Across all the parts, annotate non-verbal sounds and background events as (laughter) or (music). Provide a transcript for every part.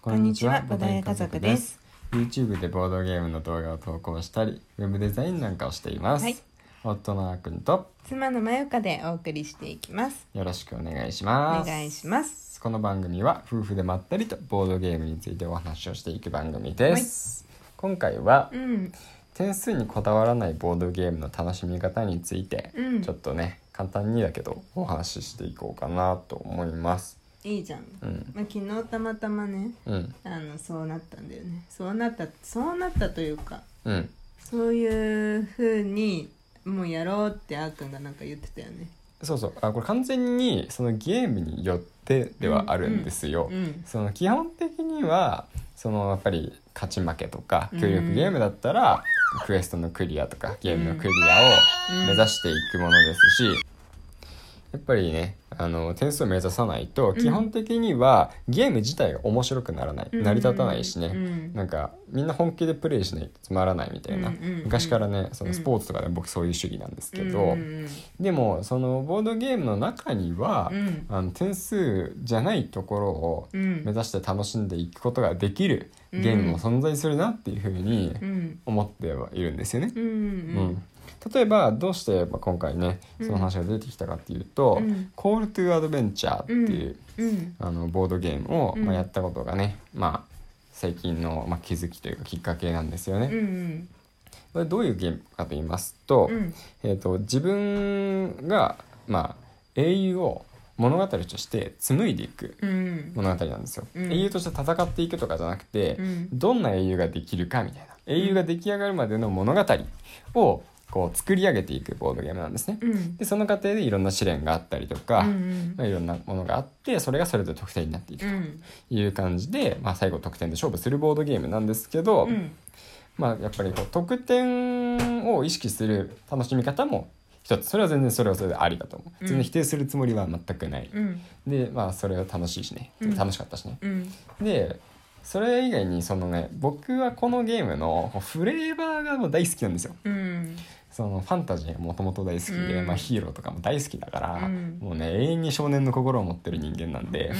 こんにちは、ボードゲー家族です。。 YouTube でボードゲームの動画を投稿したり、ウェブデザインなんかをしています。はい夫のあーくんと妻のまゆかでお送りしていきます。よろしくお願いしおます。願いします。す。この番組は夫婦でまったりとボードゲームについてお話をしていく番組です。今回はうん、点数にこだわらないボードゲームの楽しみ方について、うんちょっとね、簡単にだけどお話ししていこうかなと思います。いいじゃん。うん。まあ、昨日たまたまね、うん。あの、そうなったんだよね。そうなった、そうなったというか、うん。そういう風に、もうやろうってあーくんがなんか言ってたよね。そうそうあこれ完全にそのゲームによってではあるんですよ。うん、その基本的にはそのやっぱり勝ち負けとかうん協力ゲームだったら、クエストのクリアとかゲームのクリアを目指していくものですし、やっぱりねあの点数を目指さないとん基本的にはゲーム自体が面白くならない、うん成り立たないしね、うんなんかみんな本気でプレイしないとつまらないみたいな、うんうんうん昔からねそのうんスポーツとかで僕そういう主義なんですけど。うんうんでもそのボードゲームの中には、うんあの点数じゃないところをう目ん、指して楽しんでいくことができるゲームも存在するなっていうふうにうん、思ってはいるんですよね。うん、うん、う、ん例えばどうしてまあ今回ねうんその話が出てきたかっていうとうん「コール・トゥ・アドベンチャー」っていううん、あのボードゲームをうんまあやったことがねまあ最近のまあ気づきというかきっかけなんですようん、うね。ん、これどういうゲームかと言いますとうん、えー、と自分が、まあ、英雄を物語として紡いでいくうん、物語なんですよ、うん英雄として戦っていくとかじゃなくて、うんどんな英雄ができるかみたいな英雄が出来上がるまでの物語をこう作り上げていくボードゲームなんですね。うん、でその過程でいろんな試練があったりとか、うんまあ、いろんなものがあってそれがそれぞれ得点になっていくうん、という感じで、まあ、最後得点で勝負するボードゲームなんですけど、うん、うん、まあやっぱりこう得点を意識する楽しみ方も一つそれは全然それはそれでありだと思う、うん全然否定するつもりは全くない、うん、でまあそれは楽しいしねうん楽しかったしね、うん。でそれ以外にそのね僕はこのゲームのこうフレーバーがもう大好きなんですようんそのファンタジーがもともと大好きで、うんまあ、ヒーローとかも大好きだから、うんもうね永遠に少年の心を持ってる人間なんで、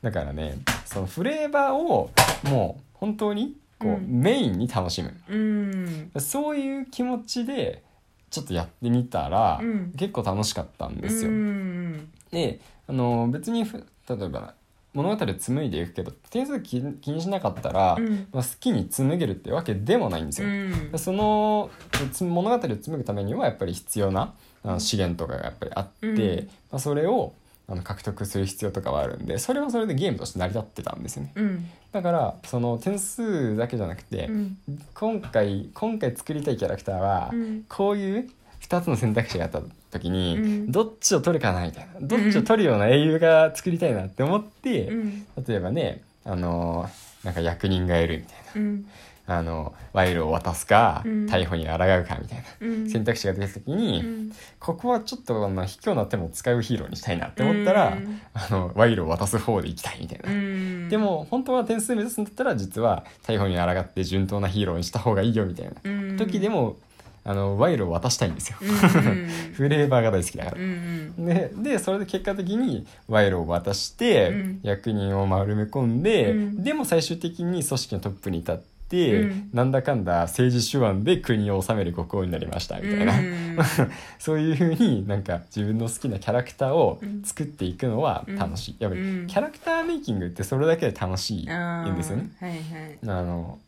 だからねそのフレーバーをもう本当にこう、うんメインに楽しむうんそういう気持ちでちょっとやってみたら、うん結構楽しかったんですよ。うんであの別にふ例えば物語を紡いでいくけど点数気に気にしなかったら、うんまあ、好きに紡げるってわけでもないんですうよ。んそのつ物語を紡ぐためにはやっぱり必要なあの資源とかがやっぱりあって、うんまあ、それをあの獲得する必要とかはあるんでそれはそれでゲームとして成り立ってたんですよね。うんだからその点数だけじゃなくて、うん今回今回作りたいキャラクターは、うんこういう2つの選択肢があった時に、うんどっちを取るかなみたいなどっちを取るような英雄が作りたいなって思って、うん例えばねあのーなんか役人がいるみたいうんなあの賄賂を渡すか、うん逮捕に抗うかみたいな、うん選択肢が出た時に、うんここはちょっとあの卑怯な手も使うヒーローにしたいなって思ったら、うんあの賄賂を渡す方でいきたいみたいな。うんでも本当は点数目指すんだったら実は逮捕に抗って順当なヒーローにした方がいいよみたいなうん時でも、あの賄賂を渡したいんですよ、うんフレーバーが大好きだかうら、んででそれで結果的に賄賂を渡して、うん役人を丸め込んで、うんでも最終的に組織のトップに立って、うんなんだかんだ政治手腕で国を治める国王になりましたみたいな、うん (laughs) そういうふうになんか自分の好きなキャラクターを作っていくのは楽しい、やっぱりうんキャラクターメイキングってそれだけで楽しいあーんですよね。はいはいあの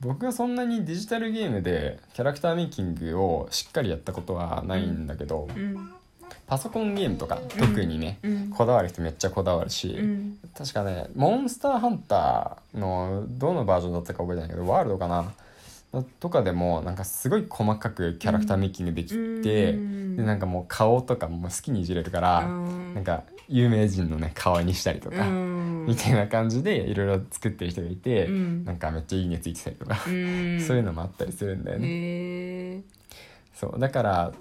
僕はそんなにデジタルゲームでキャラクターメイキングをしっかりやったことはないんだけど、うんパソコンゲームとか特にね、うんこだわる人めっちゃこだわるし、うん確かね「モンスターハンター」のどのバージョンだったか覚えてないけどワールドかなとかでもなんかすごい細かくキャラクターメイキングできて、うんでなんかもう顔とかも好きにいじれるから、うんなんか有名人のね顔にしたりとか、うんみたいな感じでいろいろ作ってる人がいて、うんなんかめっちゃいいねついてたりとか、うんそういうのもあったりするんだよね。へーそうだから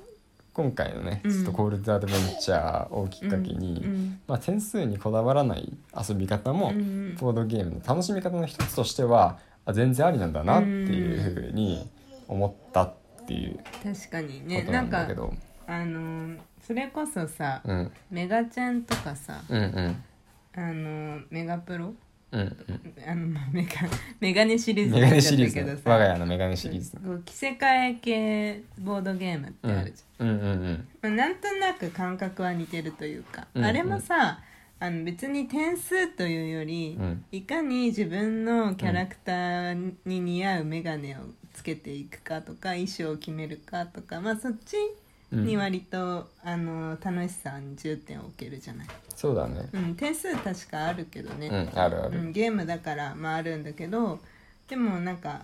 今回のね、うんちょっとコールドアドベンチャーをきっかけに、うんまあ、点数にこだわらない遊び方も、うんボードゲームの楽しみ方の一つとしてはあ全然ありなんだなっていうふうに思ったっていうこ確かにねとななんんだかけど、あのーそれこそさうん、メガちゃんとかさうんうんあのメガプロうんうんあのまあメガメガネシリーズメガネシリーになっちゃっズたけ我どさが家のメガネシリーズこう着せ替え系ボードゲームってうんうあんるじうんうんゃん、まあ、なんとなく感覚は似てるというか、うんあれもさあの別に点数というより、うんいかに自分のキャラクターに似合うメガネをつけていくかとか衣装を決めるかとかまあそっちうんに割と、あの楽しさに重点を置けるじゃない、そうだねうん、点数確かあるけどね、うんあるあうるん、ゲームだからまああるんだけどでもなんか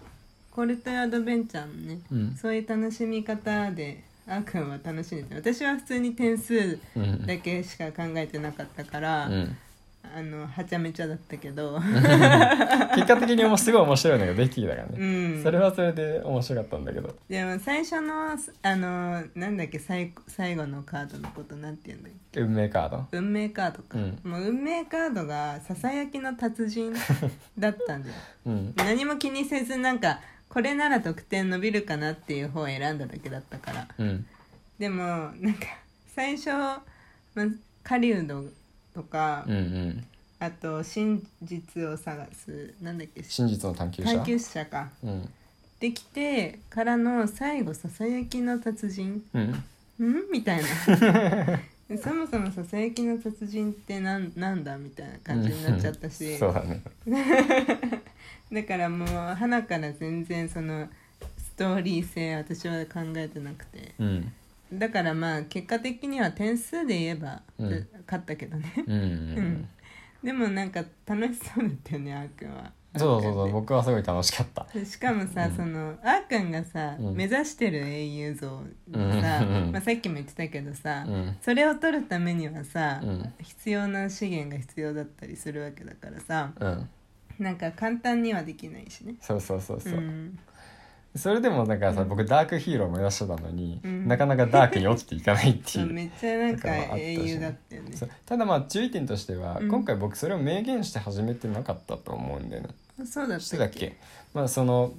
コルトアドベンチャーのね、うんそういう楽しみ方であーくんは楽しんでて私は普通に点数うんだけしか考えてなかったから、うんあのはちゃめちゃだった (laughs) けど結果的にもうすごい面白いのができてたからうねんそれはそれで面白かったんだけどでも最初のあのなんだっけ最最後のカードのことなんて言うんだっけ運命カード運命カードか、うんもう運命カードがささやきの達人だっ (laughs) たんだようん何も気にせずなんかこれなら得点伸びるかなっていう方を選んだだけだったからうんでもなんか最初、まあ、狩人とか、うんうんあと真実を探すなんだっけ真実の探求者探求者かうんできてからの最後ささやきの達人うんんみ (laughs) たいなそもそもささやきの達人ってなんなんだみたいな感じになっちゃったし、うんそうだねだからもう花から全然そのストーリー性私は考えてなくてうんだからまあ結果的には点数で言えば、うんで勝ったけどねうんうんでもなんか楽しそうだったよねあーくんはそうそうあーくんそねう僕はすごい楽しかったでしかもさ、うんそのあーくんがさ、うん目指してる英雄像のさ、うんうんまあ、さっきも言ってたけどさ、うんそれを取るためにはさ、うん必要な資源が必要だったりするわけだからさうんなんか簡単にはできないしね。そうそうそうそううんそれでもなんかさ僕ダークヒーロー目指してたのにうんなかなかダークに落ちていかないってそういうめっちゃなんだかからあったし英雄だったよねそうただまあ注意点としては、うん今回僕それを明言して始めてなかったと思うんだよね。あそうだっしてたたっけまあその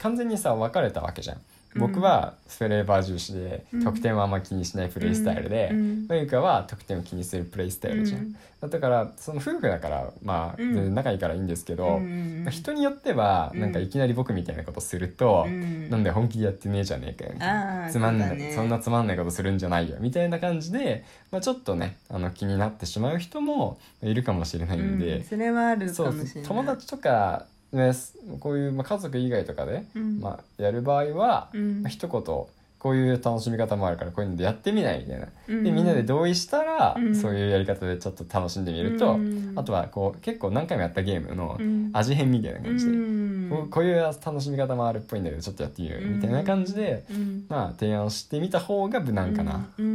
完全にさ分かれたわけじゃん。僕はフレーバー重視で、うん得点はあんま気にしないプレイスタイルで、ううんゆかは得点を気にするプレイスタイルじゃん。だからその夫婦だからまあうん全然仲いいからいいんですけど、うんまあ人によってはうんなんかいきなり僕みたいなことすると、うんなんで本気でやってねえじゃねえかよみたいあなーつまんないそそ,、うだねんなつまんないことするんじゃないよみたいな感じで、まあ、ちょっとねあの気になってしまう人もいるかもしれないんうんで、それはあるそかうもしれない友達とか、ね、すこういう、まあ、家族以外とかで、うんまあ、やる場合は、うんまあ、一言こういう楽しみ方もあるからこういうのでやってみないみたいな。うんでみんなで同意したら、うんそういうやり方でちょっと楽しんでみると、うんあとはこう結構何回もやったゲームのうん味変みたいな感じで、うんこうこういう楽しみ方もあるっぽいんだけどちょっとやってみようよみたいな感じで、うんまあ提案してみた方が無難かなうんう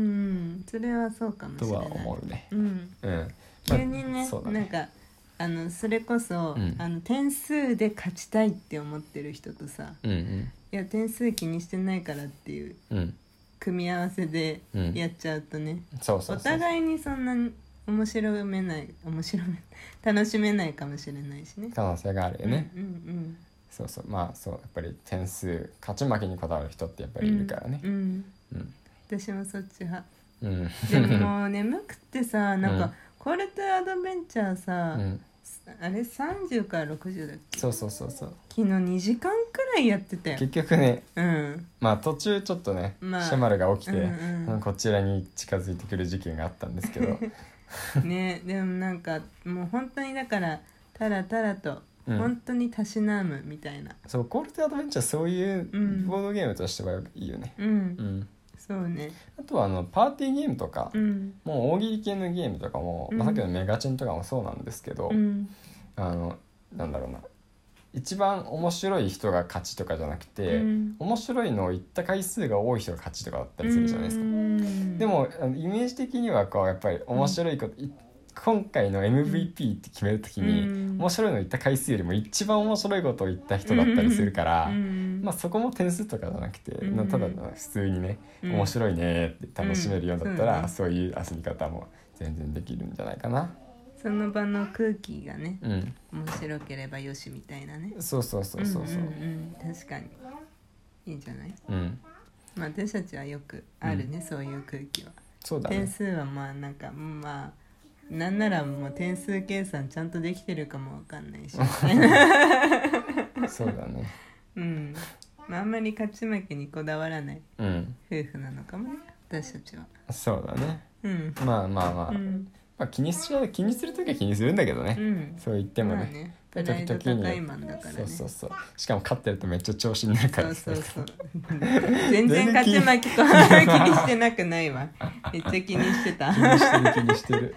んそれはそうかもしとれなはい思うね。うんうん、まあ急にねそうだなんかあのそれこそうんあの点数で勝ちたいって思ってる人とさうんうんいや点数気にしてないからっていううん組み合わせでうんやっちゃうとねそうそうそうお互いにそんなに面白めない面白め (laughs) 楽しめないかもしれないしね。可能性があるよね、うんうんそうそうまあそうやっぱり点数勝ち負けにこだわる人ってやっぱうん。りいるからねうん、うん私もそっち派。うんでももう眠くてさ、なんうかんコルトアドベンチャーさ、 (laughs) うんあれ三十から六十だっけ？そうそうそうそう昨日二時間くらいやってたよ結。局ねうん。まあ途中ちょっとね、まあシャマルが起きて、うんうんこちらに近づいてくる事件があったんですけど (laughs) ね、でもなんかもう本当にだからたらたらと、うん本当にたしなむみたいな。そうコールドアドベンチャーそういううんボードゲームとしてはいいよね、うん。うんそうね。あとはあのパーティーゲームとか、うん。もう大喜利系のゲームとかも、うんまあ、さっきのメガチンとかもそうなんですけど、うん。あのなんだろうな一番面白い人が勝ちとかじゃなくて、うん面白いのを言った回数が多い人が勝ちとかだったりするじゃないですか、うんでもあのイメージ的にはこうやっぱり面白いこと、い今回の MVP って決めるときに、うん面白いの言った回数よりも一番面白いことを言った人だったりするから、まあ、そこも点数とかじゃなくて、うんなただ普通にね、うん面白いねって楽しめるようだったら、うんそういう遊び方も全然できるんじゃないかな。その場の空気がねうん、面白ければよしみたいなねそうそうそうそうそう。んんうん確かにいいんじゃない、うん、まあ、私たちはよくあるね、そういう空気はそうだ点ね。数はまあなんかまあなんならもう点数計算ちゃんとできてるかもわかんな (laughs) いし、そうだねうんまあ、あんまり勝ち負けにこだわらないうん夫婦なのかもね私たちはそうだねうんまあまあまあ、うんまあ気にしちゃう気にする時は気にするんだけどねう、んそう言ってもまあね,、ねプライド時々高にいマンだからねそうそうそうしかも勝ってるとめっちゃ調子になるからさそうそうそう全然勝ち負けとか気にしてなくないわめっちゃ気にし (laughs) てた気にしてる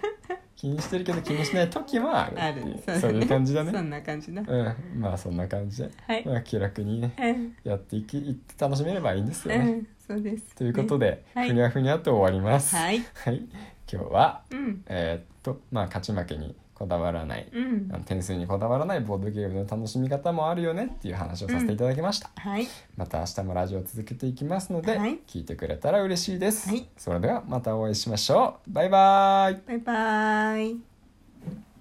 気にしてる気にしてるけど気にしない時もあるあっるていうだねそういう感じだねそんな感じだうんまあそんな感じで、はいまあ、気楽にねうんやっていきいって楽しめればいいんですようね、んそうですということでで、はいふにゃふにゃと終わりますはいはい今日はうんえーっとまあ勝ち負けにこだわらない、うんあの点数にこだわらないボードゲームの楽しみ方もあるよねっていう話をさせていただきました、はいまた明日もラジオを続けていきますので、はい聞いてくれたら嬉しいです、はいそれではまたお会いしましょうバイバイバイバーイ